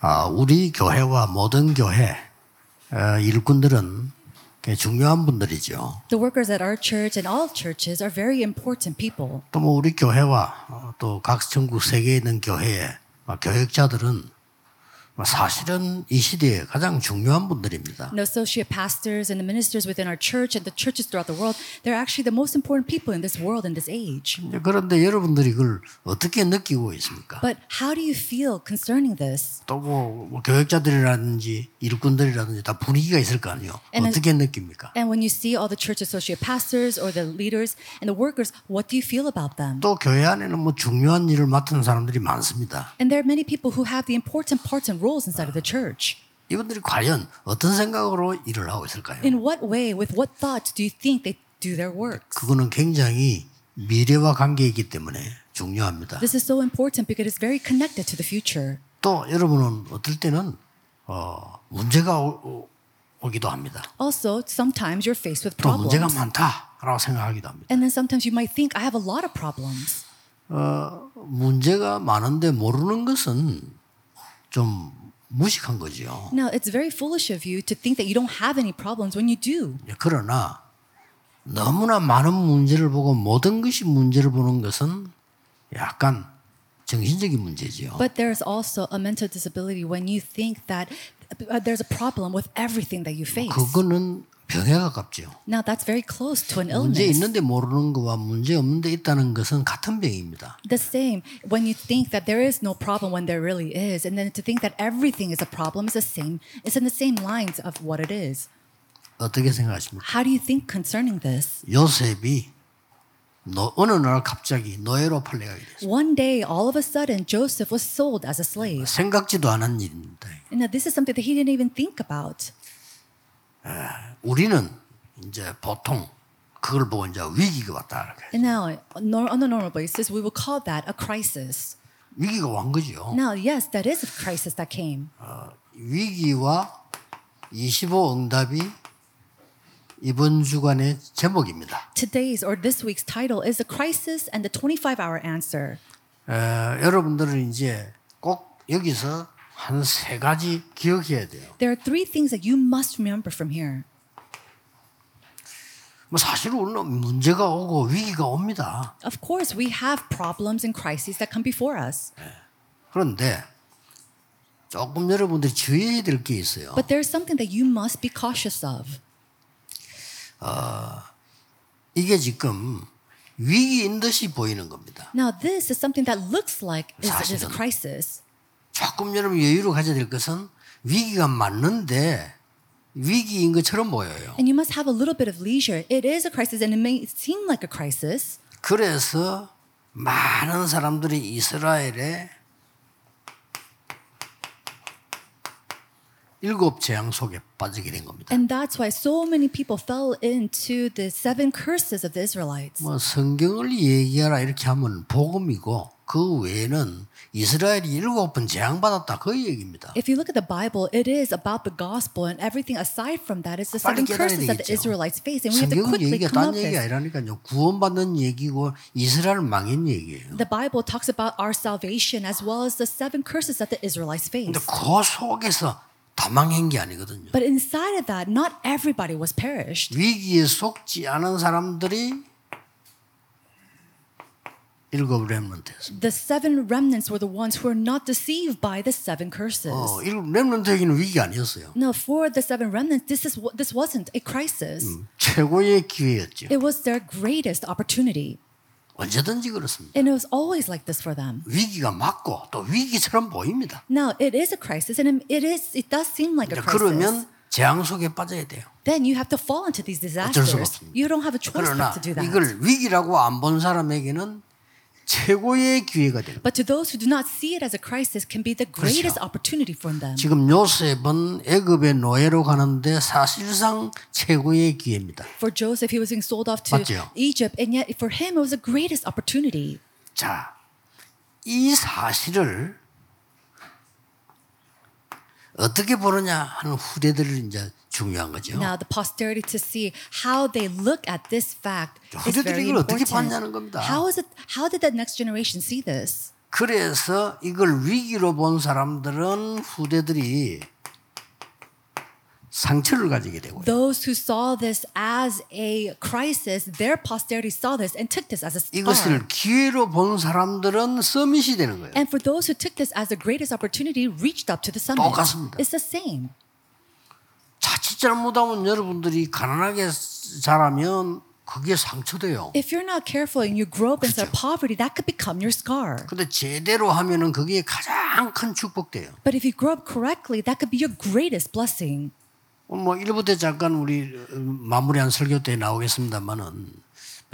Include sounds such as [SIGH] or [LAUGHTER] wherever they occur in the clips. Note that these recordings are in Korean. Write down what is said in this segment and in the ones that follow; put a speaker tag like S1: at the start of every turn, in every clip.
S1: 아, 우리 교회와 모든 교회 어, 일꾼들은 굉장히 중요한 분들이죠.
S2: The workers at our church and all churches are very important people.
S1: 또 뭐 우리 교회와 또 각 전국 세계에 있는 교회의 막 교역자들은 막 사실은 이 시대에 가장 중요한 분들입니다.
S2: And the associate pastors and the ministers within our church and the churches throughout the world, they're actually the most important people in this world in this age.
S1: 이제 그런데 여러분들이 그걸 어떻게 느끼고 있습니까?
S2: But how do you feel concerning this?
S1: 또뭐 뭐 교역자들이라든지 일꾼들이라든지 다 분위기가 있을 거 아니에요.
S2: And
S1: 어떻게 느낍니까?
S2: And when you see all the church associate pastors or the leaders and the workers, what do you feel about them?
S1: 또 교회 안에는 뭐 중요한 일을 맡은 사람들이 많습니다.
S2: And there are many people who have the important parts and roles inside of the church.
S1: 이분들이 과연 어떤 생각으로 일을 하고 있을까요?
S2: In what way, with what thoughts do you think they do their works?
S1: 그거는 굉장히 미래와 관계이기 때문에 중요합니다.
S2: This is so important because it's very connected to the future.
S1: 또 여러분은 어떨 때는 어, 문제가 오, 오, 기도 합니다.
S2: Also, sometimes you're faced with
S1: 또 문제가
S2: problems.
S1: 많다라고 생각하기도 합니다.
S2: And then sometimes you might think, I have a lot of problems.
S1: 문제가 많은데 모르는 것은 좀 무식한 거지요.
S2: Now, it's very foolish of you to think that you don't have any problems when you do.
S1: 그러나 너무나 많은 문제를 보고 모든 것이 문제를 보는 것은 약간 정신적인 문제지요.
S2: But there's also a mental disability when you think that uh, there's a problem with everything that you face.
S1: 그거는 병에 가깝지요.
S2: Now, that's very close to an
S1: 문제
S2: illness.
S1: 있는데 모르는 것과 문제 없는데 있다는 것은 같은 병입니다.
S2: The same when you think that there is no problem when there really is, and then to think that everything is a problem is the same. It's in the same lines of what it is.
S1: 어떻게 생각하십니까?
S2: How do you think concerning this?
S1: 요셉이 노, 어느 날 갑자기 노예로 팔려가게 됐어요.
S2: One day, all of a sudden, Joseph was sold as a slave.
S1: 생각지도 않은 일입니다.
S2: And now this is something that he didn't even think about.
S1: 우리는 이제 보통 그걸 보고 이제 위기가 왔다 그래요.
S2: And now, nor- on a normal basis, we will call that a crisis.
S1: 위기가 온 거죠.
S2: Now, yes, that is a crisis that came.
S1: 위기와 25 응답이 이번 주간의 제목입니다.
S2: Today's or this week's title is A Crisis and the 25 Hour Answer.
S1: 에, 어, 여러분들은 이제 꼭 여기서 한 세 가지 기억해야 돼요.
S2: There are three things that you must remember from here.
S1: 뭐 사실 우리는 문제가 오고 위기가 옵니다.
S2: Of course, we have problems and crises that come before us,
S1: 그런데 조금 여러분들이 주의해야 될 게 있어요.
S2: but there's something that you must be cautious of.
S1: 이게 지금 위기인 듯이 보이는 겁니다.
S2: Now, this is something that looks like is, is a
S1: 사실은-
S2: crisis.
S1: 조금 여러분 여유를 가져야 될 것은 위기가 맞는데 위기인 것처럼 보여요.
S2: And you must have a little bit of leisure. It is a crisis, and it may seem like a crisis.
S1: 그래서 많은 사람들이 이스라엘의 일곱 재앙 속에 빠지게 된 겁니다.
S2: And that's why so many people fell into the seven curses of the Israelites.
S1: 뭐 성경을 얘기하라 이렇게 하면 복음이고 그 외에는 이스라엘이 일곱 번 재앙 받았다 그 얘기입니다.
S2: If you look at the Bible, it is about the gospel, and everything aside from that is the seven
S1: 빨리 깨달아야
S2: curses that the
S1: 되겠죠.
S2: Israelites face. And we have to
S1: 성경은
S2: quickly
S1: 얘기가
S2: come up
S1: 딴 얘기
S2: this.
S1: 아니라니까요. 구원받는 얘기고 이스라엘 망인 얘기예요.
S2: The Bible talks about our salvation as well as the seven curses that the Israelites
S1: 근데
S2: faced.
S1: 그 속에서 다 망한 게 아니거든요.
S2: But inside of that, not everybody was perished.
S1: 위기에 속지 않은 사람들이 일곱 렘런트였습니다.
S2: The seven remnants were the ones who were not deceived by the seven curses.
S1: 어, 일곱 렘런트 얘기는 위기 아니었어요.
S2: No, for the seven remnants, this is what this wasn't a crisis.
S1: Mm. 최고의 기회였죠.
S2: It was their greatest opportunity,
S1: 언제든지 그렇습니다.
S2: and it was always like this for them.
S1: 위기가 맞고 또 위기처럼 보입니다.
S2: Now it is a crisis, and it is it does seem like
S1: 이제
S2: a crisis.
S1: 그러면 재앙 속에 빠져야 돼요.
S2: Then you have to fall into these disasters.
S1: 없습니다.
S2: You don't have a choice but
S1: 그러나
S2: to do that.
S1: 이걸 위기라고 안 본 사람에게는 최고의 기회가 돼요.
S2: But to those who do not see it as a crisis, can be the greatest opportunity for them.
S1: 지금 요셉은 애굽의 노예로 가는데 사실상 최고의 기회입니다.
S2: For Joseph, he was being sold off to
S1: 맞지요?
S2: Egypt, and yet for him, it was the greatest opportunity.
S1: 자, 이 사실을 어떻게 보느냐 하는 후대들이 이제 중요한 거죠.
S2: Now, the posterity to see how they look at this fact is
S1: 후대들이
S2: very
S1: 이걸 어떻게
S2: important.
S1: 봤냐는 겁니다.
S2: How is it? How did that next generation see this?
S1: 그래서 이걸 위기로 본 사람들은 후대들이 상처를 가지게 되고
S2: Those who saw this as a crisis, their posterity saw this and took this as a scar.
S1: 이것을 기회로 본 사람들은 서밋이 되는 거예요.
S2: And for those who took this as the greatest opportunity, reached up to the summit.
S1: 똑같습니다.
S2: It's the same.
S1: 자칫 잘못하면 여러분들이 가난하게 자라면 그게 상처돼요.
S2: If you're not careful and you grow up inside poverty, that could become your scar.
S1: 근데 제대로 하면은 그게 가장 큰 축복돼요.
S2: But if you grow up correctly, that could be your greatest blessing.
S1: 뭐 일부 때 잠깐 우리 어, 마무리한 설교 때 나오겠습니다만은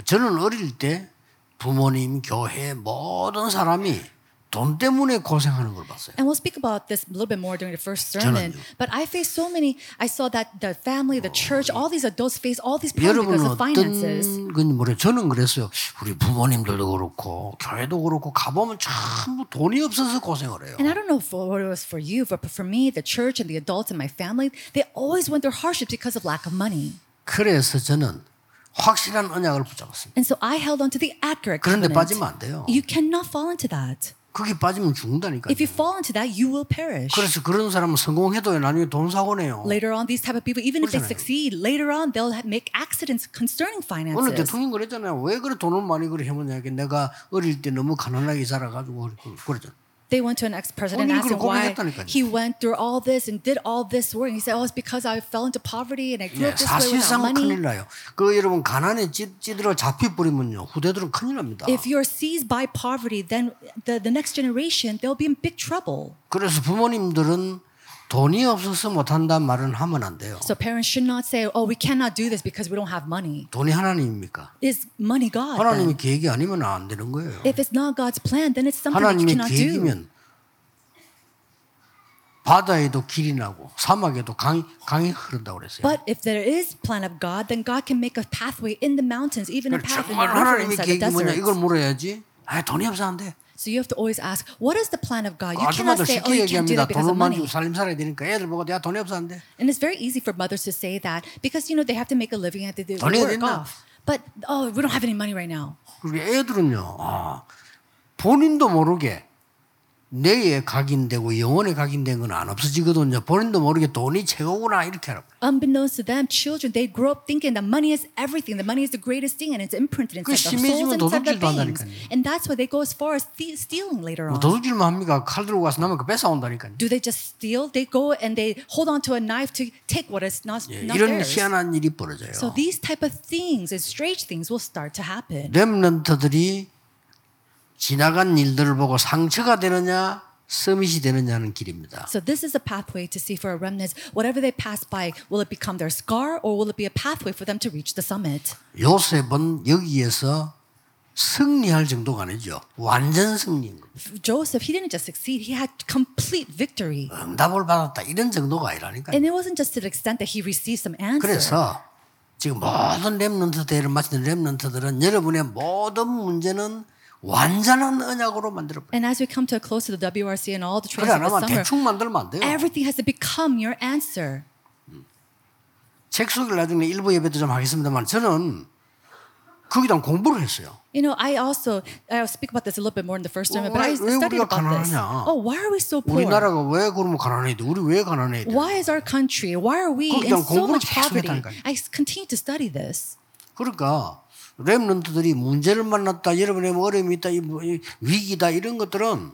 S1: 저는 어릴 때 부모님, 교회 모든 사람이 돈 때문에 고생하는 걸 봤어요.
S2: And we'll speak about this a little bit more during the first sermon.
S1: 저는요.
S2: But I face so many, I saw that the family, the church, all these adults face all these problems because
S1: 여러분은
S2: of finances.
S1: 어떤 건지 모르 저는 그랬어요. 우리 부모님들도 그렇고 교회도 그렇고 가보면 전부 돈이 없어서 고생을 해요.
S2: And I don't know for, what it was for you, but for me, the church and the adults in my family, they always went through hardships because of lack of money.
S1: 그래서 저는 확실한 언약을 붙잡았습니다.
S2: And so I held on to the accurate
S1: 그런데
S2: covenant.
S1: 빠지면 안 돼요.
S2: You cannot fall into that.
S1: 그게 빠지면 죽는다니까요.
S2: If you fall into that, you will perish.
S1: 그래서 그런 사람은 성공해도 나중에 돈 사고 내요.
S2: Later on, these type of people, even if they
S1: 그렇잖아요.
S2: succeed, later on they'll ha- make accidents concerning
S1: 오늘
S2: finances.
S1: 대통령 그랬잖아요. 왜 그래 돈을 많이 그래 해먹냐. 이게 내가 어릴 때 너무 가난하게 자라가지고 그랬- 그랬잖아요.
S2: They went to an ex-president
S1: 본인이
S2: and asked him
S1: 그걸
S2: why
S1: 고민했다니까요.
S2: he went through all this and did all this work. And he said, "Oh, it's because I fell into poverty and I
S1: 예,
S2: grew up this way without
S1: 사실상
S2: money."
S1: 큰일 나요. 그 여러분 가난에 찌- 찌들어 잡혀버리면요. 후대들은 큰일 납니다.
S2: If you're seized by poverty, then the, the next generation they'll be in big trouble.
S1: 그래서 부모님들은 돈이 없어서 못한다는 말은 하면 안 돼요.
S2: So parents should not say, "Oh, we cannot do this because we don't have money."
S1: 돈이 하나님입니까?
S2: Is money God?
S1: 하나님의
S2: then?
S1: 계획이 아니면 안 되는 거예요.
S2: If it's not God's plan, then it's something that you
S1: 하나님의
S2: cannot do.
S1: 계획이면 바다에도 길이 나고 사막에도 강이, 강이 흐른다고 그랬어요.
S2: But if there is plan of God, then God can make a pathway in the mountains, even a path in
S1: 정말
S2: the
S1: 그렇죠.
S2: river
S1: 하나님의
S2: inside the
S1: 계획이 뭐냐 이걸
S2: desert.
S1: 물어야지. 아 돈이 없어 안 돼.
S2: So you have to always ask, what is the plan of God? You cannot
S1: 아줌마들
S2: say,
S1: 쉽게
S2: oh, you can't do
S1: 얘기합니다.
S2: that because of
S1: 돈을만 주고
S2: money.
S1: 살림 살아야 되니까 애들 보고 내가 돈이 없어 안 돼.
S2: And it's very easy for mothers to say that because, you know, they have to make a living and they have to
S1: 돈이
S2: do work
S1: 어딨나?
S2: off. But, oh, we don't have any money right now.
S1: 그리고 애들은요. 아, 본인도 모르게 뇌에 각인되고 영혼에 각인된 건 안 없어지거든요. 본인도 모르게 돈이 최고구나 이렇게 알아.
S2: Unbeknownst to them, children, they grow up thinking that money is everything. That money is the greatest thing and it's imprinted
S1: 그
S2: inside their souls
S1: 심해지면
S2: and inside their
S1: 도둑질도
S2: veins.
S1: 한다니까요.
S2: And that's why they go as far as thie- stealing later
S1: 뭐
S2: on.
S1: 도둑질만 합니까? 칼 들고 가서 남의 거 뺏어 온다니까요.
S2: Do they just steal? They go and they hold on to a knife to take what is not, not
S1: 이런
S2: theirs.
S1: 희한한 일이 벌어져요.
S2: So these type of things and strange things will start to happen.
S1: 렘넌트들이 지나간 일들을 보고 상처가 되느냐, 서밋이 되느냐는 길입니다.
S2: So this is a pathway to see for a remnant. Whatever they pass by, will it become their scar or will it be a pathway for them to reach the summit?
S1: 요셉은 여기에서 승리할 정도가 아니죠. 완전 승리인 겁니다.
S2: Joseph, he didn't just succeed, he had complete victory.
S1: 응답을 받았다 이런 정도가 아니라니까요.
S2: And it wasn't just to the extent that he received some answer.
S1: 그래서 지금 모든 렘넌트 대회를 마치는 렘넌트들은 여러분의 모든 문제는 완전한 언약으로 만들어버려요.
S2: And as we come to a close to the WRC and all the
S1: 그래
S2: trainings
S1: 안
S2: of
S1: 하면
S2: the
S1: 대충
S2: summer,
S1: 만들면 안 돼요.
S2: everything has to become your answer.
S1: 책 소개를 나중에 일부 예배도 좀 하겠습니다만 저는 거기다 공부를 했어요.
S2: You know, I also I'll speak about this a little bit more in the first sermon, but I
S1: 왜- 왜
S2: studied
S1: 우리가
S2: about this.
S1: 가난하냐?
S2: Oh, why are we so poor?
S1: 우리나라가 왜 그러면 가난해야 돼? 우리 왜 가난해야 돼?
S2: Why is our country? Why are we
S1: 그럼
S2: in
S1: 그냥
S2: so
S1: 공부를
S2: much
S1: 계속
S2: poverty?
S1: 했다니까요.
S2: I continue to study this.
S1: 그러니까 렘런트들이 문제를 만났다, 여러분의 뭐 어려움이 있다, 이뭐 이 위기다 이런 것들은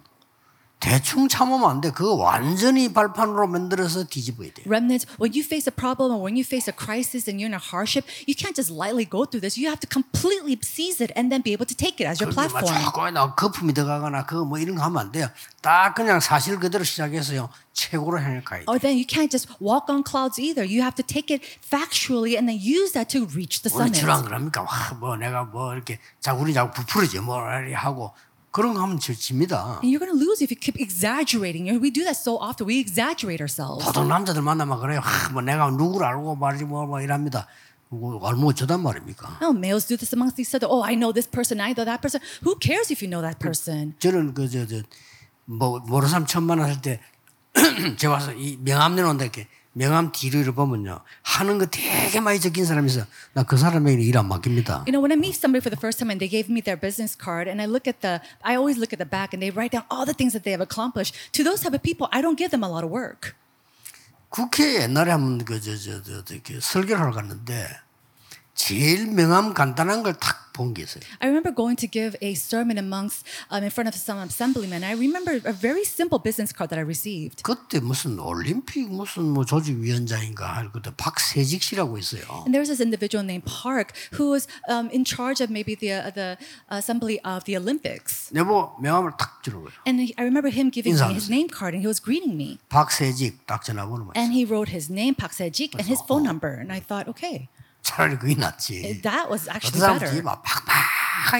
S1: 대충 참으면 안 돼. 그거 완전히 발판으로 만들어서 뒤집어야 돼.
S2: Remnants, when you face a problem or when you face a crisis and you're in a hardship, you can't just lightly go through this. You have to completely seize it and then be able to take it as your
S1: 그게 막
S2: platform.
S1: 조금이나 거품이 들어가거나 그거 뭐 이런 거 하면 안 돼요. 딱 그냥 사실 그대로 시작해서요. 최고로 향해 가야 돼.
S2: Or then you can't just walk on clouds either. You have to take it factually and then use that to reach the
S1: 오늘
S2: summit.
S1: 주랑 그럽니까? 와, 뭐 내가 뭐 이렇게 자 우리 자꾸 부풀어지 뭐 하고 그런 거 하면 지- 집니다.
S2: And you're going to lose if you keep exaggerating. You know, We do that so often. We exaggerate ourselves.
S1: 보통 남자들 만나면 그래요. 하, 뭐 내가 누구를 알고 말이지 뭐, 뭐 이랍니다. 뭐, 얼마 어쩌단 말입니까?
S2: Oh, males do this amongst each other. Oh, I know this person. I know that person. Who cares if you know that person?
S1: 저는 뭐, [CLEARS THROAT] 그저저뭐 모로삼 천만 원 할 때 제가 와서 이 명함 내놓는다 이렇게 명함 뒤를 보면요. 하는 거 되게 많이 적힌 사람이 있어. 나 그 사람에게 일 안 맡깁니다.
S2: You know, when I meet somebody for the first time and they gave me their business card, and I look at the, I always look at the back and they write down all the things that they have accomplished. To those type of people, I don't give them a lot of work.
S1: 국회 옛날에 한번 그저저저 이렇게 설계를 하러 갔는데 제일 명함 간단한 걸 탁 본 게 있어요.
S2: I remember going to give a sermon amongst, um, in front of some assemblymen. I remember a very simple business card that I received.
S1: 그때 무슨 올림픽 무슨 뭐 조직위원장인가 할 그때 박세직 씨라고 있어요.
S2: And there was this individual named Park who was um, in charge of maybe the uh, the assembly of the Olympics.
S1: 내보 명함을 탁 주는 거예요.
S2: And he- I remember him giving me
S1: 인사하면서.
S2: his name card and he was greeting me.
S1: 박세직 딱 전화번호만. 있어요.
S2: And he wrote his name, Park Sejik, and his phone number. And I thought, okay,
S1: 차라리 그게 낫지.
S2: that was
S1: 어떤
S2: actually
S1: 사람
S2: better.
S1: 뒤에 막 팍팍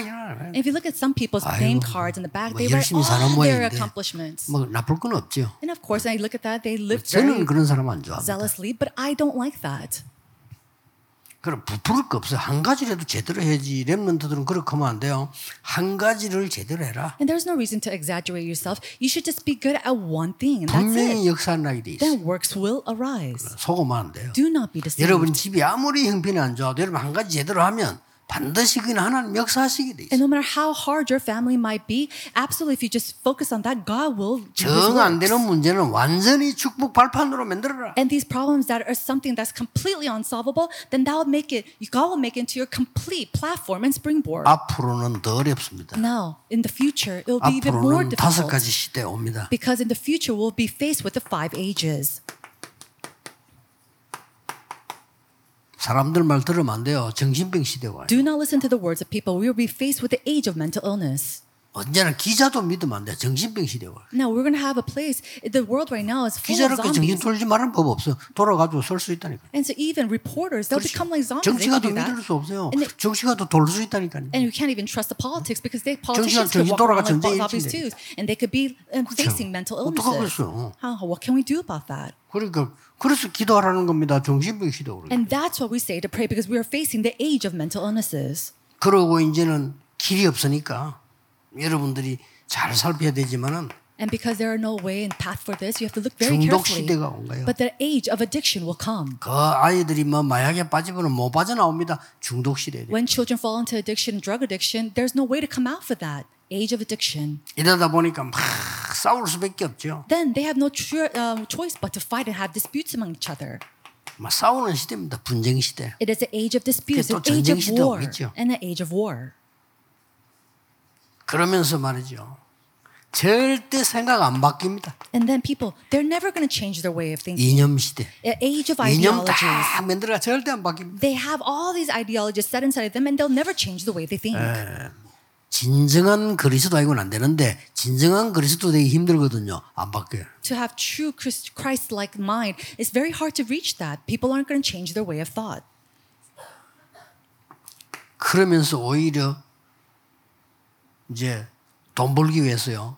S1: 일어나요.
S2: And if you look at some people's name cards in the back,
S1: 뭐
S2: they write
S1: 열심히 사는
S2: all their
S1: 모양인데
S2: accomplishments.
S1: 뭐 나쁠 건 없죠.
S2: And of course, I look at that, they live very
S1: 저는 그런 사람 안 좋아합니다.
S2: zealously, but I don't like that.
S1: 그럼 부풀을 거 없어요. 한 가지라도 제대로 해야지. 랩런트들은 그렇게 하면 안 돼요. 한 가지를 제대로 해라.
S2: And there's no reason to exaggerate yourself. You should just be good at one thing, and that's it.
S1: 분명히 역사나게 돼 있어요.
S2: Then works will arise.
S1: 속으면 안 돼요.
S2: Do not be deceived.
S1: 여러분 집이 아무리 형편이 안 좋아도 여러분 한 가지 제대로 하면 반드시 그는 하나님 역사하시게 돼
S2: And
S1: 있어요.
S2: no matter how hard your family might be, absolutely, if you just focus on that, God will. do His
S1: 정 안
S2: works.
S1: 되는 문제는 완전히 축복 발판으로 만들어라.
S2: And these problems that are something that's completely unsolvable, then that will make it. God will make it into your complete platform and springboard.
S1: Ah. 앞으로는 더 어렵습니다.
S2: Now, in the future, it will
S1: Ah,
S2: be even more
S1: 앞으로는 다섯
S2: difficult
S1: 가지 시대 옵니다.
S2: because in the future we'll be faced with the five ages.
S1: 사람들 말 들으면 안 돼요. 정신병 시대 와요.
S2: Do not listen to the words of people. We will be faced with the age of mental illness.
S1: 언제나 기자도 믿으면 안 돼요. 정신병 시대 와요.
S2: Now we're going to have a place. The world right now is full of
S1: 기자로서 그 정신
S2: zombies.
S1: 돌지 말은 법 없어. 돌아가지고 설 수 있다니까.
S2: And so even reporters, they'll become like zombies. They
S1: 정치가도
S2: can do that.
S1: 믿을 수 없어요.
S2: And they-
S1: 정치가도 돌 수 있다니까요.
S2: And you can't even trust the politics because they
S1: 정신
S2: politicians could walk
S1: 돌아가
S2: around like
S1: 전쟁이
S2: zombies
S1: 일진데.
S2: too, and they could be um, facing mental illnesses.
S1: 어떡하겠어요?
S2: How, what can we do about that?
S1: 그러니까 그래서 기도하라는 겁니다. 정신병 시대 그러니까.
S2: And that's what we say to pray because we are facing the age of mental illnesses.
S1: 그러고 이제는 길이 없으니까 여러분들이 잘 살펴야 되지만은
S2: And because there are no way and path for this, you have to look very
S1: 중독
S2: carefully.
S1: 시대가 온 거예요.
S2: But the age of addiction will come.
S1: 그 아이들이 뭐 마약에 빠지면 못 빠져나옵니다. 중독 시대에.
S2: When children fall into addiction, drug addiction, there's no way to come out for that. Age of addiction.
S1: 이러다 보니까 막 싸울 수밖에 없죠.
S2: Then they have no tr- uh, choice but to fight and have disputes among each other.
S1: 막 싸우는 시대입니다. 분쟁 시대.
S2: It is the age of disputes,
S1: 또
S2: an age
S1: 전쟁
S2: of
S1: 시대가
S2: war,
S1: 오겠죠.
S2: and the age of war.
S1: 그러면서 말이죠. 절대 생각 안 바뀝니다.
S2: And then people, they're never going to change their way of thinking.
S1: 이념 시대.
S2: An age of
S1: 이념
S2: ideologies.
S1: 다 만들어가 절대 안 바뀝니다.
S2: They have all these ideologies set inside of them and they'll never change the way they think.
S1: 진정한 그리스도 아니고는 안 되는데 진정한 그리스도 되기 힘들거든요. 안 바뀌어요.
S2: To have true Christ like mind, it's very hard to reach that. People aren't going to change their way of thought.
S1: 그러면서 오히려 이제 돈 벌기 위해서요.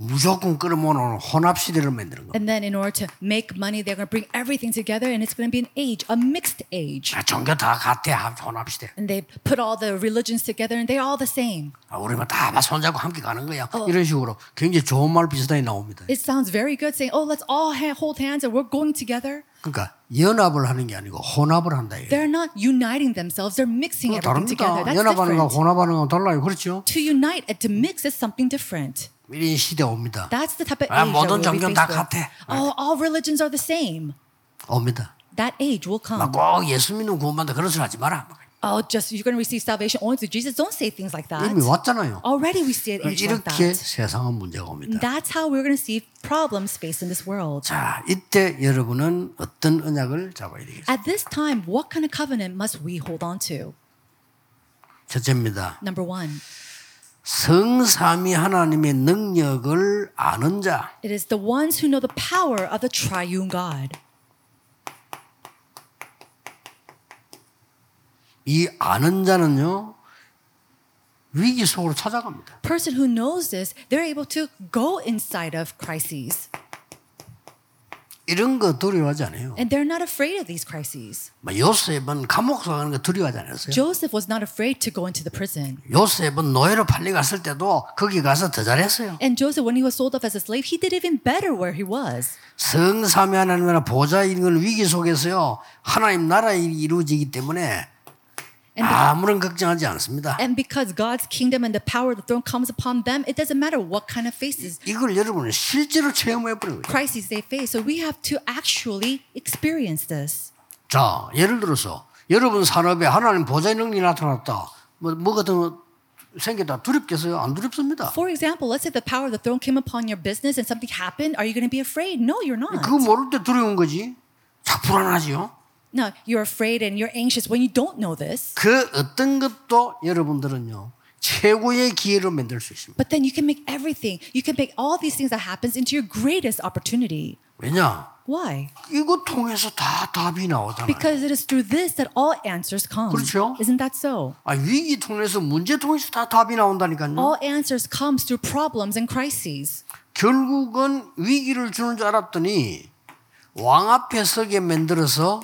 S1: 무조건 끌어모으는 혼합 시대를 만드는 겁니다.
S2: And then, in order to make money, they're going to bring everything together and it's going to be an age, a mixed age.
S1: 아, 종교 다 같아 혼합 시대.
S2: And they put all the religions together and they're all the same.
S1: 아, 우리만 뭐 다 손잡고 함께 가는 거야. 이런 식으로 굉장히 좋은 말 비슷하게 나옵니다.
S2: It sounds very good saying, oh, let's all ha- hold hands and we're going together.
S1: 그러니까 연합을 하는 게 아니고 혼합을 한다 이거예요.
S2: They're not uniting themselves, they're mixing
S1: 그거
S2: everything
S1: 뭐
S2: together.
S1: 다릅니다.
S2: 예, That's
S1: 연합하는 거
S2: different.
S1: 혼합하는 거 달라요. 그렇죠?
S2: to unite and to mix is something different.
S1: 이런 시대 옵니다.
S2: That's the type of age
S1: 아,
S2: that we'll
S1: 모든
S2: be
S1: 종교는 다
S2: faced with.
S1: 같아.
S2: All, all religions are the same.
S1: 옵니다.
S2: That age will come.
S1: 막꼭 예수 믿는 구원받다 그런 소리 하지 마라.
S2: Oh, just you're going to receive salvation only through Jesus. Don't say things like that.
S1: 이미 왔잖아요.
S2: Already we see an age like
S1: 이렇게
S2: that.
S1: 세상은 문제가 옵니다.
S2: That's how we're going to see problems faced in this world.
S1: 자, 이때 여러분은 어떤 언약을 잡아야 되겠어요?
S2: At this time, what kind of covenant must we hold on to?
S1: 첫째입니다.
S2: Number one,
S1: 성삼위 하나님의 능력을 아는 자.
S2: it is the ones who know the power of the triune God.
S1: 이 아는 자는요. 위기 속으로 찾아갑니다.
S2: Person who knows this, they're able to go inside of crises.
S1: 이런 거 두려워하지 않아요.
S2: And they're not afraid of these crises.
S1: 막 요셉은 감옥 가는 거 두려워하지 않았어요.
S2: Joseph was not afraid to go into the prison.
S1: 요셉은 노예로 팔려갔을 때도 거기 가서 더 잘했어요.
S2: And Joseph, when he was sold off as a slave, he did even better where he was.
S1: 성삼위 하나님이나 보좌 있는 위기 속에서요 하나님 나라에 이루어지기 때문에 아무런 걱정하지 않습니다.
S2: And because God's kingdom and the power of the throne comes upon them, it doesn't matter what kind of faces,
S1: 이걸 여러분은 실제로 체험해 버려요.
S2: crises they face. So we have to actually experience this.
S1: 자, 예를 들어서 여러분 산업에 하나님 보좌의 능력이 나타났다. 뭐 뭐가 더 생겼다. 두렵겠어요? 안 두렵습니다.
S2: For example, let's say the power of the throne came upon your business and something happened. Are you going to be afraid? No, you're
S1: 그거
S2: not.
S1: 모를 때 두려운 거지. 자 불안하지요.
S2: No, you're afraid and you're anxious when you don't know this.
S1: 그 어떤 것도 여러분들은요 최고의 기회로 만들 수 있습니다.
S2: But then you can make everything, you can make all these things that happens into your greatest opportunity.
S1: 왜냐?
S2: Why?
S1: 이거 통해서 다 답이 나오잖아요.
S2: Because it is through this that all answers come.
S1: 그렇죠.
S2: Isn't that so?
S1: 아, 위기 통해서 문제 통해서 다 답이 나온다니까요.
S2: All answers comes through problems and crises.
S1: 결국은 위기를 주는 줄 알았더니 왕 앞에 서게 만들어서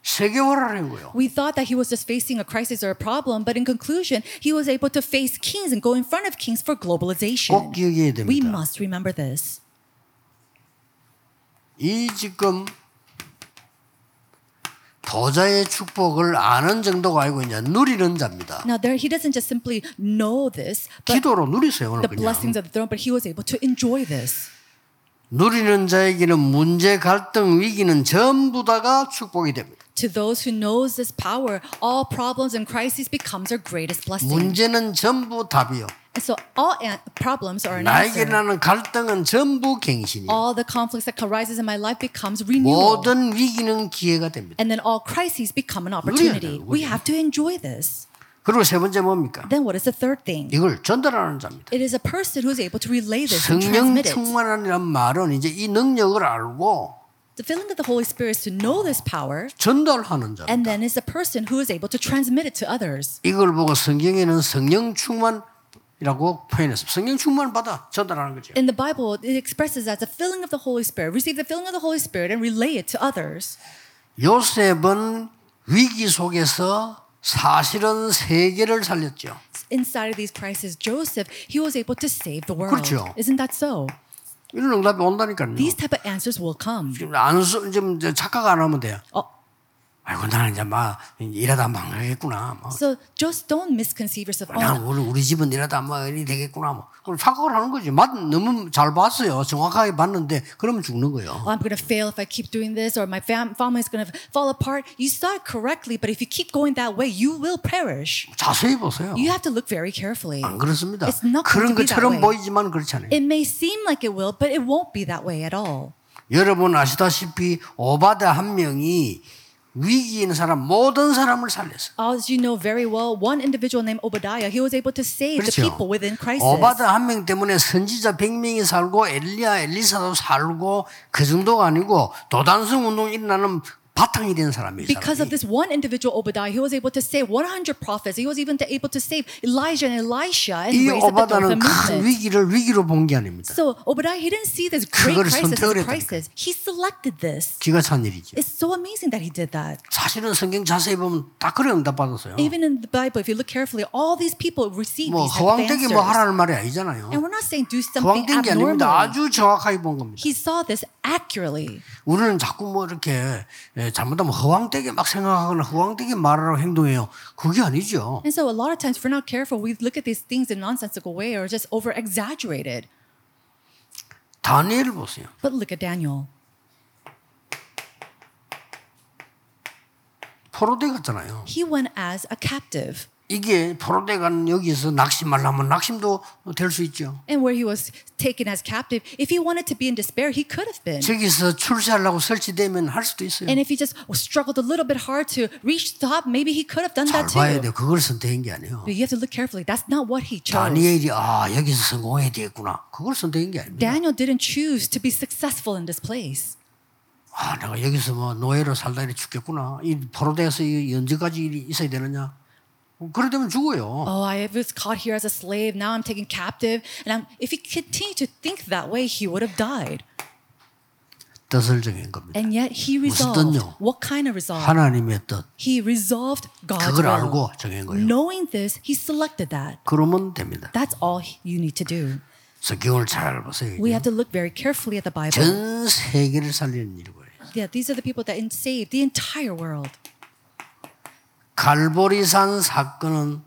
S1: 세계화를 한 거예요.
S2: We thought that he was just facing a crisis or a problem, but in conclusion, he was able to face kings and go in front of kings for
S1: 꼭
S2: globalization.
S1: 기억해야
S2: We
S1: 됩니다.
S2: must remember this.
S1: 이 지금 보좌의 축복을 아는 정도가 아니고 이제 누리는 자입니다.
S2: Now, there, he doesn't just simply know this, but
S1: 기도로 누리세요 오늘
S2: the
S1: 그냥.
S2: blessings of the throne, but he was able to enjoy this.
S1: 누리는 자에게는 문제, 갈등, 위기는 전부 다가 축복이 됩니다.
S2: To those who knows this power, all problems and crises becomes their greatest blessing.
S1: 문제는 전부 답이요.
S2: And so all an- problems are an
S1: 나에게
S2: answer.
S1: 나는 갈등은 전부 갱신이요.
S2: All the conflicts that arises in my life becomes renewal.
S1: 모든 위기는 기회가 됩니다.
S2: And then all crises become an opportunity.
S1: 돼요,
S2: We
S1: 우리는.
S2: have to enjoy this.
S1: 그리고 세 번째 뭡니까?
S2: Then what is the third thing?
S1: 이걸 전달하는 자입니다.
S2: It is a person who is able to relay this and
S1: 성령
S2: transmit it.
S1: 충만이라는 말은 이제 이 능력을 알고
S2: The filling of the Holy Spirit is to know this power,
S1: 전달하는 자.
S2: and then is a person who is able to transmit it to others.
S1: 이걸 보고 성경에는 성령 충만이라고 표현했습니다. 성령 충만 받아 전달하는 거죠.
S2: In the Bible, it expresses as a filling of the Holy Spirit. Receive the filling of the Holy Spirit and relay it to others.
S1: 요셉은 위기 속에서 사실은 세계를 살렸죠.
S2: Inside of these crises, Joseph, he was able to save the world.
S1: 그렇죠.
S2: Isn't that so?
S1: 이런 응답이 온다니까요.
S2: These type of answers will come.
S1: 지금 안수 지금 이제 착각 안 하면 돼요.
S2: 어.
S1: 아이고 나는 이제 막 일하다 망하겠구나. 뭐.
S2: So just don't misconceive yourself.
S1: 야,
S2: Oh,
S1: 오늘 우리 집은 이러다 아마 이 되겠구나. 뭐. 그럼 착각을 하는 거지. 맞, 너무 잘 봤어요. 정확하게 봤는데, 그러면 죽는 거예요.
S2: oh, I'm going to fail if I keep doing this, or my fam- family is going to fall apart. You saw it correctly, but if you keep going that way, you will perish.
S1: 자세히 보세요.
S2: You have to look very carefully.
S1: 안 그렇습니다.
S2: 예. It's not
S1: 그런
S2: going to be that
S1: 것처럼
S2: way.
S1: 보이지만 그렇지 않아요.
S2: It may seem like it will, but it won't be that way at all.
S1: 여러분 아시다시피 오바다 한 명이 위기에 있는 사람, 모든 사람을 살렸어요.
S2: As you know very well, one individual named Obadiah, he was able to save the
S1: 그렇죠.
S2: people within crisis.
S1: 오바다 한 명 때문에 선지자 100명이 살고 엘리야 엘리사도 살고 그 정도가 아니고 도단성 운동이 일어나는 바탕이 된 사람이에요.
S2: Because of
S1: 사람이.
S2: this one individual, Obadiah, he was able to save 100 prophets. He was even to- able to save Elijah and Elisha and
S1: 이
S2: raise up the
S1: 오바다는
S2: Dolphin
S1: 큰
S2: movement.
S1: 위기를 위기로 본 게 아닙니다.
S2: So Obadiah, he didn't see this great
S1: 그거를 선택을
S2: crisis as a
S1: 했다니까.
S2: crisis. He selected this.
S1: 기가 찬 일이죠.
S2: It's so amazing that he did that.
S1: 사실은 성경 자세히 보면 다 그런 응답 받았어요.
S2: Even in the Bible, if you look carefully, all these people received
S1: 뭐
S2: these type of
S1: 허황되게 뭐
S2: answers.
S1: 하라는 말이 아니잖아요.
S2: And we're not saying do something
S1: 허황된 게 아닙니다.
S2: abnormal.
S1: 아주 정확하게 본 겁니다.
S2: He saw this accurately.
S1: 우리는 자꾸 뭐 이렇게 예, 잘못하면 허황되게 막 생각하거나 허황되게 말하라고 행동해요. 그게 아니죠.
S2: And so a lot of times, if we're not careful, we look at these things in a nonsensical way or just over exaggerated.
S1: 다니엘을 보세요.
S2: But look at Daniel.
S1: 포로대 갔잖아요.
S2: He went as a captive.
S1: 이게 포로대 간 여기서 낙심을 하면 낙심도 될 수 있죠.
S2: And where he was taken as captive, if he wanted to be in despair, he could have been.
S1: 저기서 출세하려고 설치되면 할 수도 있어요.
S2: And if he just struggled a little bit hard to reach the top, maybe he could have done
S1: 잘
S2: that
S1: 봐야
S2: too.
S1: 돼요. 그걸 선택한 게 아니에요.
S2: But you have to look carefully. That's not what he chose.
S1: 다니엘이 아 여기서 성공해야 되겠구나. 그걸 선택한 게 아닙니다.
S2: Daniel didn't choose to be successful in this place.
S1: 아 내가 여기서 뭐 노예로 살다 이래 죽겠구나. 이 포로대에서 이 언제까지 일이 있어야 되느냐. 그러려면 죽어요.
S2: Oh, I was caught here as a slave. Now I'm taken captive. And I'm, if he continued to think that way, he would have died.
S1: 뜻을 정한 겁니다.
S2: And yet he resolved.
S1: 뜻요?
S2: What kind of resolve?
S1: 하나님의 뜻
S2: He resolved God's
S1: 그걸
S2: will.
S1: 알고 정한 거예요.
S2: Knowing this, he selected that.
S1: 그러면 됩니다.
S2: That's all he- you need to do.
S1: 성경을 잘 보세요. 이게.
S2: We have to look very carefully at the Bible.
S1: 전 세계를 살리는 일이고요.
S2: Yeah, these are the people that saved the entire world.
S1: 갈보리산 사건은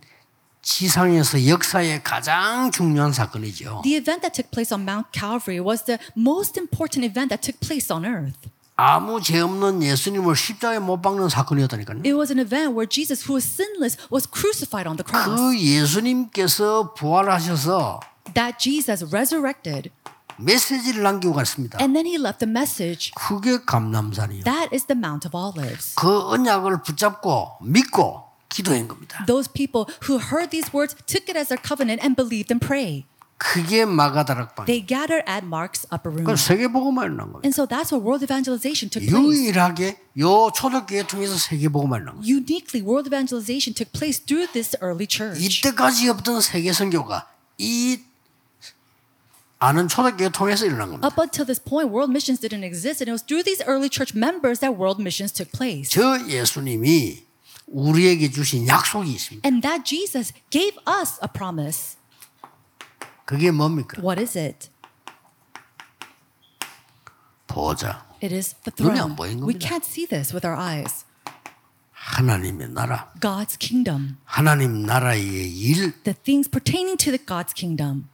S1: 지상에서 역사의 가장 중요한 사건이죠.
S2: The event that took place on Mount Calvary was the most important event that took place on earth.
S1: 아무 죄 없는 예수님을 십자가에 못 박는 사건이었다니까요.
S2: It was an event where Jesus, who was sinless, was crucified on the cross.
S1: 그 예수님께서 부활하셔서
S2: That Jesus resurrected,
S1: 메시지를 남기고 갔습니다.
S2: and then he left a message.
S1: 그게 감남산이요.
S2: That is the Mount of Olives.
S1: 그 언약을 붙잡고 믿고 기도한 겁니다.
S2: Those people who heard these words took it as their covenant and believed and prayed.
S1: 그게 마가다락방.
S2: They gathered at Mark's upper
S1: 그
S2: room.
S1: 세계복음화를 난 겁니다.
S2: And so that's where world evangelization took place.
S1: 유일하게 요 초대교회 통해서 세계복음화를 난 겁니다.
S2: Uniquely, world evangelization took place through this early church.
S1: 이때까지 없던 세계 선교가 이 아는 초대교회 통해서 일어난 겁니다.
S2: Up until this point, world missions didn't exist, and it was through these early church members that world missions took place.
S1: 저 예수님이 우리에게 주신 약속이 있습니다.
S2: And that Jesus gave us a promise.
S1: 그게 뭡니까?
S2: What is it?
S1: 보자.
S2: It is the
S1: 눈에 안
S2: throne.
S1: 보이는
S2: We
S1: 겁니다.
S2: can't see this with our eyes.
S1: 하나님의 나라.
S2: God's kingdom,
S1: 하나님 나라의 일,
S2: the things pertaining to the God's kingdom,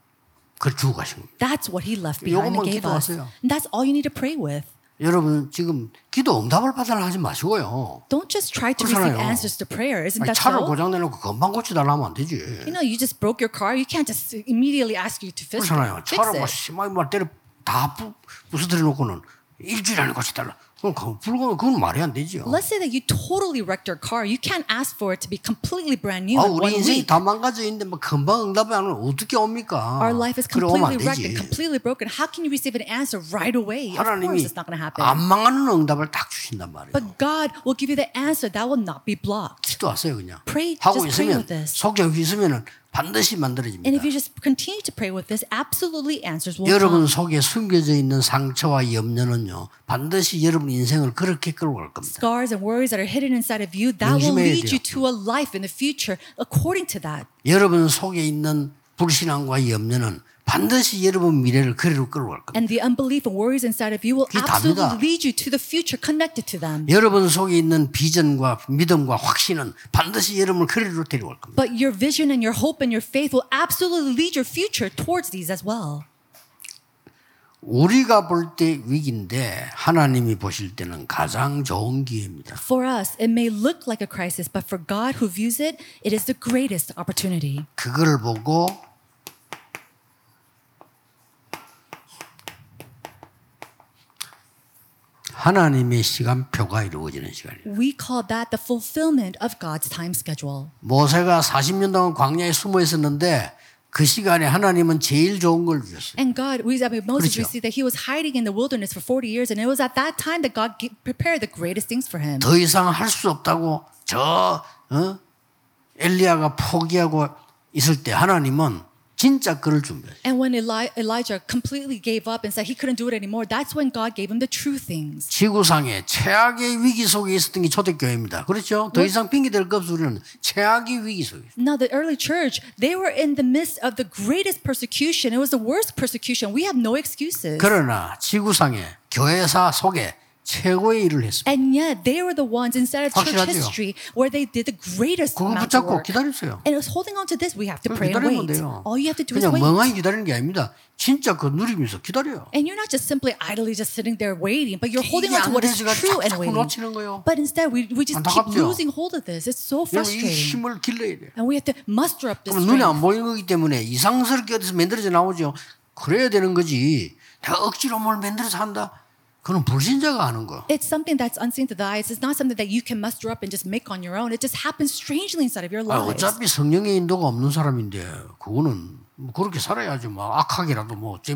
S1: 그걸 주고 가신 겁니다.
S2: that's what He left behind
S1: 요것만
S2: and gave us.
S1: 기도하세요.
S2: And that's all you need to pray with.
S1: 여러분, 지금 기도 응답을 받으라 하지 마시고요.
S2: Don't just try to receive
S1: 그렇잖아요.
S2: answers to prayer. Isn't
S1: 아니,
S2: that
S1: 차를
S2: so?
S1: 고장내놓고 금방 고치달라 하면 안 되지.
S2: You know, you just broke your car. You can't just immediately ask you to fix
S1: 그렇잖아요. 차를 막
S2: it.
S1: 심하게 막 때려 다 부, 부수들여 놓고는 일주일 안에 고치달라. 그럼 그- 불가능, 그건 말이 안 되죠.
S2: Let's say that you totally wrecked your car. You can't ask for it to be completely brand new
S1: 아,
S2: in one
S1: 우리 인생이
S2: week.
S1: 다 망가져 있는데 뭐 금방 응답이 안 오면 어떻게 옵니까?
S2: Our life is
S1: 그래 오면 안
S2: completely wrecked and
S1: 되지.
S2: completely broken. How can you receive an answer right away? Of course,
S1: 하나님이
S2: it's not going to happen.
S1: 안 망하는 응답을 딱 주신단 말이에요.
S2: But God will give you the answer that will not be blocked.
S1: 기도하세요 그냥.
S2: Pray,
S1: 하고
S2: just pray
S1: 있으면
S2: with this.
S1: 속여 있으면 반드시
S2: And if
S1: 만들어집니다.
S2: you just continue to pray with this, absolutely answers will come.
S1: 여러분 속에 숨겨져 있는 상처와 염려는요 반드시 여러분 인생을 그렇게 끌어갈 겁니다.
S2: Scars and worries that are hidden inside of you, that will
S1: 명심해야
S2: lead
S1: 돼요.
S2: you to a life in the future according to that.
S1: 여러분 속에 있는 불신앙과 염려는 반드시 여러분 미래를 그리로 끌어갈 겁니다.
S2: And the unbelief and worries inside of you will
S1: 그게
S2: absolutely
S1: 답니다.
S2: lead you to the future connected to them.
S1: 여러분 속에 있는 비전과 믿음과 확신은 반드시 여러분을 그리로 데려올 겁니다.
S2: But your vision and your hope and your faith will absolutely lead your future towards these as well.
S1: 우리가 볼 때 위기인데 하나님이 보실 때는 가장 좋은 기회입니다.
S2: For us, it may look like a crisis, but for God who views it, it is the greatest opportunity.
S1: 그걸 보고 하나님의 시간표가 이루어지는 시간이에요.
S2: We call that the fulfillment of God's time schedule.
S1: 모세가 40년 동안 광야에 숨어 있었는데 그 시간에 하나님은 제일 좋은 걸 주셨어요.
S2: And God, we, I mean, Moses, we
S1: 그렇죠.
S2: see that he was hiding in the wilderness for 40 years, and it was at that time that God ge- prepared the greatest things for him.
S1: 더 이상 할 수 없다고 저 어? 엘리야가 포기하고 있을 때 하나님은 진짜 그를 준비했어요.
S2: And when Eli- Elijah completely gave up and said he couldn't do it anymore, that's when God gave him the true things.
S1: 지구상에 최악의 위기 속에 있었던 게 초대교회입니다. 그렇죠? 더 이상 핑계될 것 없이 우리는 최악의 위기 속에 있어요.
S2: Now, the early church, they were in the midst of the greatest persecution. It was the worst persecution. We have no excuses.
S1: 그러나 지구상에 교회사 속에 최고의 일을 했습니다.
S2: And yet, they were the ones inside of church
S1: 확실하지요.
S2: history where they did the greatest
S1: 그거
S2: amount of
S1: 붙잡고
S2: work.
S1: 기다리세요.
S2: And it was holding on to this. We have
S1: 네.
S2: to pray and
S1: 기다리면
S2: wait.
S1: 돼요.
S2: All you have to do is
S1: 그냥
S2: wait.
S1: 멍하니 기다리는 게 아닙니다. 진짜 그 누리면서 기다려요.
S2: And you're not just simply idly just sitting there waiting, but you're
S1: 이게
S2: holding
S1: 안
S2: on to what is
S1: 돼지가
S2: true and
S1: 자꾸 놓치는
S2: waiting.
S1: 거예요.
S2: But instead, we, we just keep
S1: 안타깝죠.
S2: losing hold of this. It's so
S1: 여러분, 이
S2: frustrating.
S1: 힘을 길러야 돼요.
S2: And we have to muster up this
S1: 그럼 눈에 안
S2: strength.
S1: 보이는 거기 때문에 이상스럽게 어디서 만들어져 나오죠. 그래야 되는 거지. 내가 억지로 뭘 만들어서 한다. 그건 불신자가 하는 거.
S2: It's something that's unseen to the eyes. It's not something that you can muster up and just make on your own. It just happens strangely inside of your
S1: 아,
S2: lives.
S1: 어차피 성령의 인도가 없는 사람인데 그거는 뭐 그렇게 살아야지 뭐 악하게라도 뭐 어째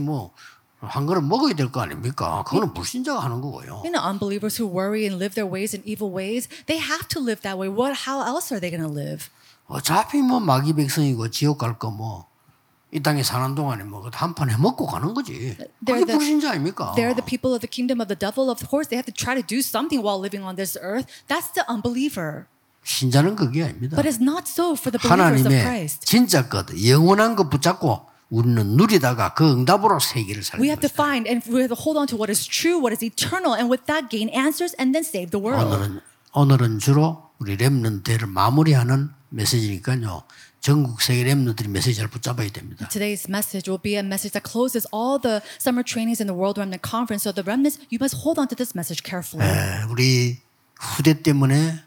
S1: 뭐한 그릇 먹어야 될 거 아닙니까?
S2: 네.
S1: 그거는 불신자가 하는 거고요.
S2: You know, unbelievers who worry and live their ways in evil ways, they have to live that way.
S1: 어,
S2: What? How else are they going to live?
S1: 그 어차피 뭐 마귀 백성이고 지옥 갈 거 뭐 이 땅에 사는 동안에 뭐 한판 해먹고 가는 거지. 그게
S2: They're the-
S1: 불신자 아닙니까?
S2: They're the people of the kingdom of the devil. Of course, they have to try to do something while living on this earth. That's the unbeliever.
S1: 신자는 그게 아닙니다.
S2: But it's not so for the believers
S1: 하나님의
S2: of Christ.
S1: 진짜 것, 영원한 것 붙잡고 우리는 누리다가 그 응답으로 세계를 살리는
S2: We have
S1: 것이다.
S2: to find and we have to hold on to what is true, what is eternal, and with that gain answers and then save the world.
S1: 오늘은 오늘은 주로 우리 렘넌트를 마무리하는 메시지니까요. 전국 세계 렘넌트들이 메시지를 붙잡아야 됩니다.
S2: Today's message will be a message that closes all the summer trainings in the World Remnant Conference. So the remnants, you must hold on to this message carefully.
S1: 에, 우리 후대 때문에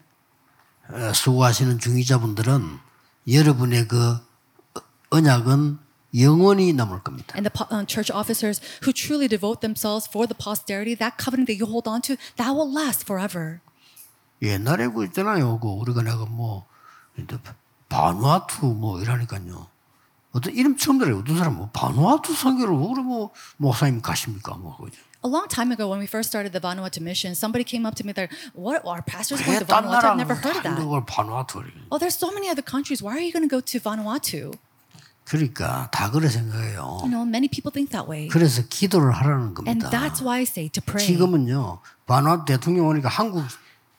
S1: 어, 수고하시는 중위자분들은 여러분의 그 언약은 영원히 남을 겁니다.
S2: And the po- um, church officers who truly devote themselves for the posterity, that covenant that you hold on to, that will last forever.
S1: 옛날에 그 있잖아요. 그 우리가 내가 뭐 이제 바누아투 뭐 이러니까요. 어떤 이름 처음 들어요. 어떤 사람 뭐 바누아투 선교를 왜 그래 뭐 목사님 가십니까 뭐 그죠.
S2: A long time ago, when we first started the Vanuatu mission, somebody came up to me there. What are pastors going to
S1: 왜딴
S2: Vanuatu? I've
S1: 나라는
S2: never heard of
S1: 다
S2: that.
S1: 이걸 바누아투를. 해요?
S2: Oh, there's so many other countries. Why are you going to go to Vanuatu?
S1: 그러니까 다 그래 생각해요.
S2: You know, many people think that way,
S1: 그래서 기도를 하라는
S2: and
S1: 겁니다.
S2: that's why I say to pray.
S1: 지금은요 바누아투 대통령 오니까 한국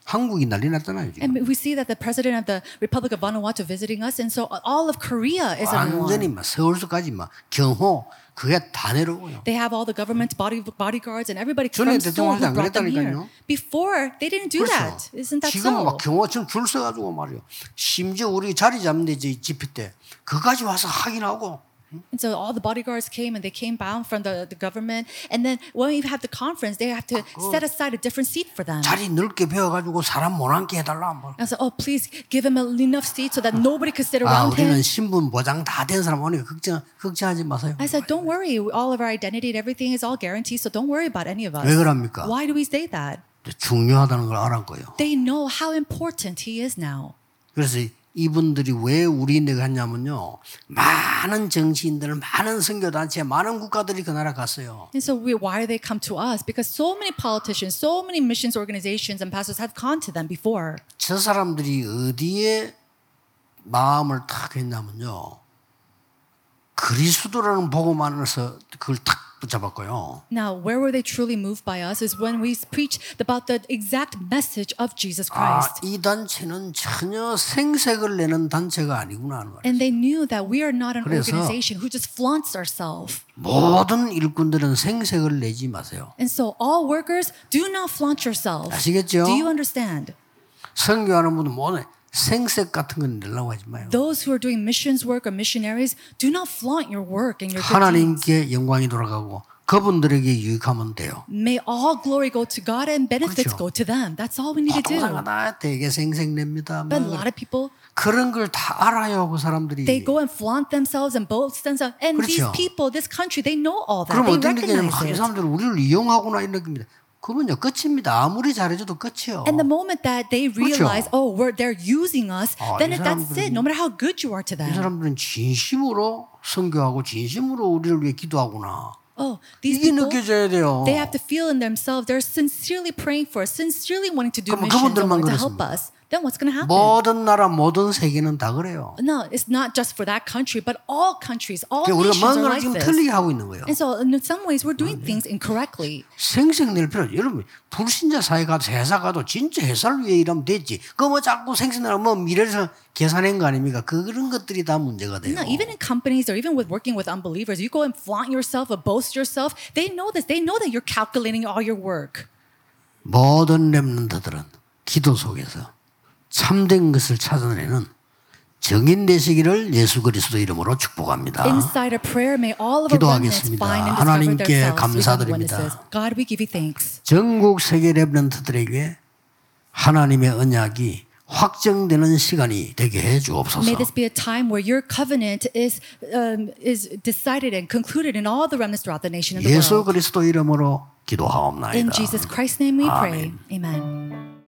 S1: 한국이 난리 났잖아요. 지금.
S2: And we see that the president of the Republic of Vanuatu visiting us, and so all of Korea is
S1: 완전히
S2: everyone.
S1: 막 서울서까지 막 경호 그게 다 내려오요.
S2: They have all the government body bodyguards and everybody
S1: 전에
S2: from Seoul
S1: 대통령
S2: who brought them
S1: 그랬다니까요.
S2: here. Before they didn't do
S1: 그래서
S2: that. Isn't that
S1: 그렇죠? 지금 막
S2: so?
S1: 경호 지금 줄 서가지고 말이요. 심지어 우리 자리 잡는데 이제 집회 때 그까지 와서 확인하고
S2: And so all the bodyguards came and they came bound from the, the government. And then when we have the conference, they have to set aside a different seat for them.
S1: 자리 넓게 배워가지고 사람 못 앉게 해달라. 뭐.
S2: I said, oh, please give him enough seats so that nobody could sit
S1: 아
S2: around
S1: 우리는
S2: him.
S1: 신분 보장 다 된 사람 오니까 걱정 걱정하지 마세요.
S2: I said, don't worry. All of our identity and everything is all guaranteed, so don't worry about any of
S1: 왜
S2: us.
S1: 그럽니까?
S2: Why do we say that?
S1: 중요하다는 걸 알았고요.
S2: They know how important he is now.
S1: 그래서 이분들이 왜 우리인데 갔냐면요. 많은 정치인들, 많은 선교단체, 많은 국가들이 그 나라 갔어요.
S2: And so we, why do they come to us? Because so many politicians, so many missions organizations and pastors have gone to them before.
S1: 저 사람들이 어디에 마음을 탁 했냐면요. 그리스도라는 복음 안에서 그걸 탁 붙잡았고요.
S2: Now, where were they truly moved by us is when we preach about the exact message of Jesus
S1: 아,
S2: Christ.
S1: 이 단체는 전혀 생색을 내는 단체가 아니구나 하는 거예요.
S2: And they knew that we are not an
S1: 그래서-
S2: organization who just flaunts ourselves.
S1: 모든 일꾼들은 생색을 내지 마세요.
S2: And so, all workers, do not flaunt yourself.
S1: 아시겠죠?
S2: Do you understand?
S1: 선교하는 분은 모두 생색 같은 건 내려고 하지 마요.
S2: Those who are doing missions work or missionaries, do not flaunt your work and your good deeds.
S1: 하나님께 영광이 돌아가고 그분들에게 유익하면 돼요.
S2: May all glory go to God and benefits
S1: 그렇죠.
S2: go to them. That's all we need to do.
S1: 아, 고생하다 되게 생색냅니다. 뭐
S2: But a lot of people,
S1: 그런 걸 다 알아요 그
S2: they
S1: 사람들이.
S2: go and flaunt themselves and boast themselves. And these
S1: 그렇죠.
S2: people, this country, they know all that.
S1: 그럼
S2: They
S1: 어떤 느낌이냐면 아, 이
S2: recognize it.
S1: 사람들은 우리를 이용하구나 이런 느낌입니다. 그러면요 끝입니다. 아무리 잘해줘도 끝이요.
S2: And the moment that they realize, oh, we're, they're using us,
S1: 아,
S2: then
S1: 이
S2: it- that's it. No matter how good you are to
S1: 이
S2: them.
S1: 사람들은 진심으로 선교하고 진심으로 우리를 위해 기도하구나.
S2: Oh, these
S1: 이게
S2: people,
S1: 느껴져야 돼요.
S2: they have to feel in themselves they're sincerely praying for us, sincerely wanting to do
S1: 그럼
S2: missions and
S1: 그분들만
S2: wanting to help
S1: 그렇습니다.
S2: us. Then what's going to happen?
S1: 모든 나라 모든 세계는 다 그래요.
S2: no, it's not just for that country, but all countries, all
S1: 그러니까
S2: nations
S1: 우리가
S2: are
S1: 뭔가를
S2: like
S1: 지금
S2: this.
S1: 틀리게 하고 있는 거예요.
S2: And so, in some ways, we're doing things incorrectly.
S1: 생색 낼 필요 없어요. 여러분 불신자 사회 가도 회사 가도 진짜 회사를 위해 일하면 됐지. 그뭐 자꾸 생색내라 뭐 미래에서 계산한 거 아닙니까? 그런 것들이 다 문제가 돼요.
S2: No, even in companies or even with working with unbelievers, you go and flaunt yourself or boast yourself. They know this. They know that you're calculating all your work.
S1: 모든 렘넌트들은 기도 속에서 참된 것을 찾아내는 정인 되시기를 예수 그리스도 이름으로 축복합니다.
S2: Inside a prayer, may all of our remnants
S1: Ah. 기도하겠습니다.
S2: find and discover
S1: 하나님께
S2: themselves within
S1: 감사드립니다.
S2: witnesses. God, we give you thanks.
S1: 전국 세계 렘넌트들에게 하나님의 언약이 확정되는 시간이 되게 해 주옵소서.
S2: May this be a time where your covenant is um, is decided and concluded in all the remnants throughout the nation of the
S1: 예수
S2: world.
S1: 그리스도 이름으로
S2: In
S1: 기도하옵나이다.
S2: Jesus Christ's name we pray. Amen.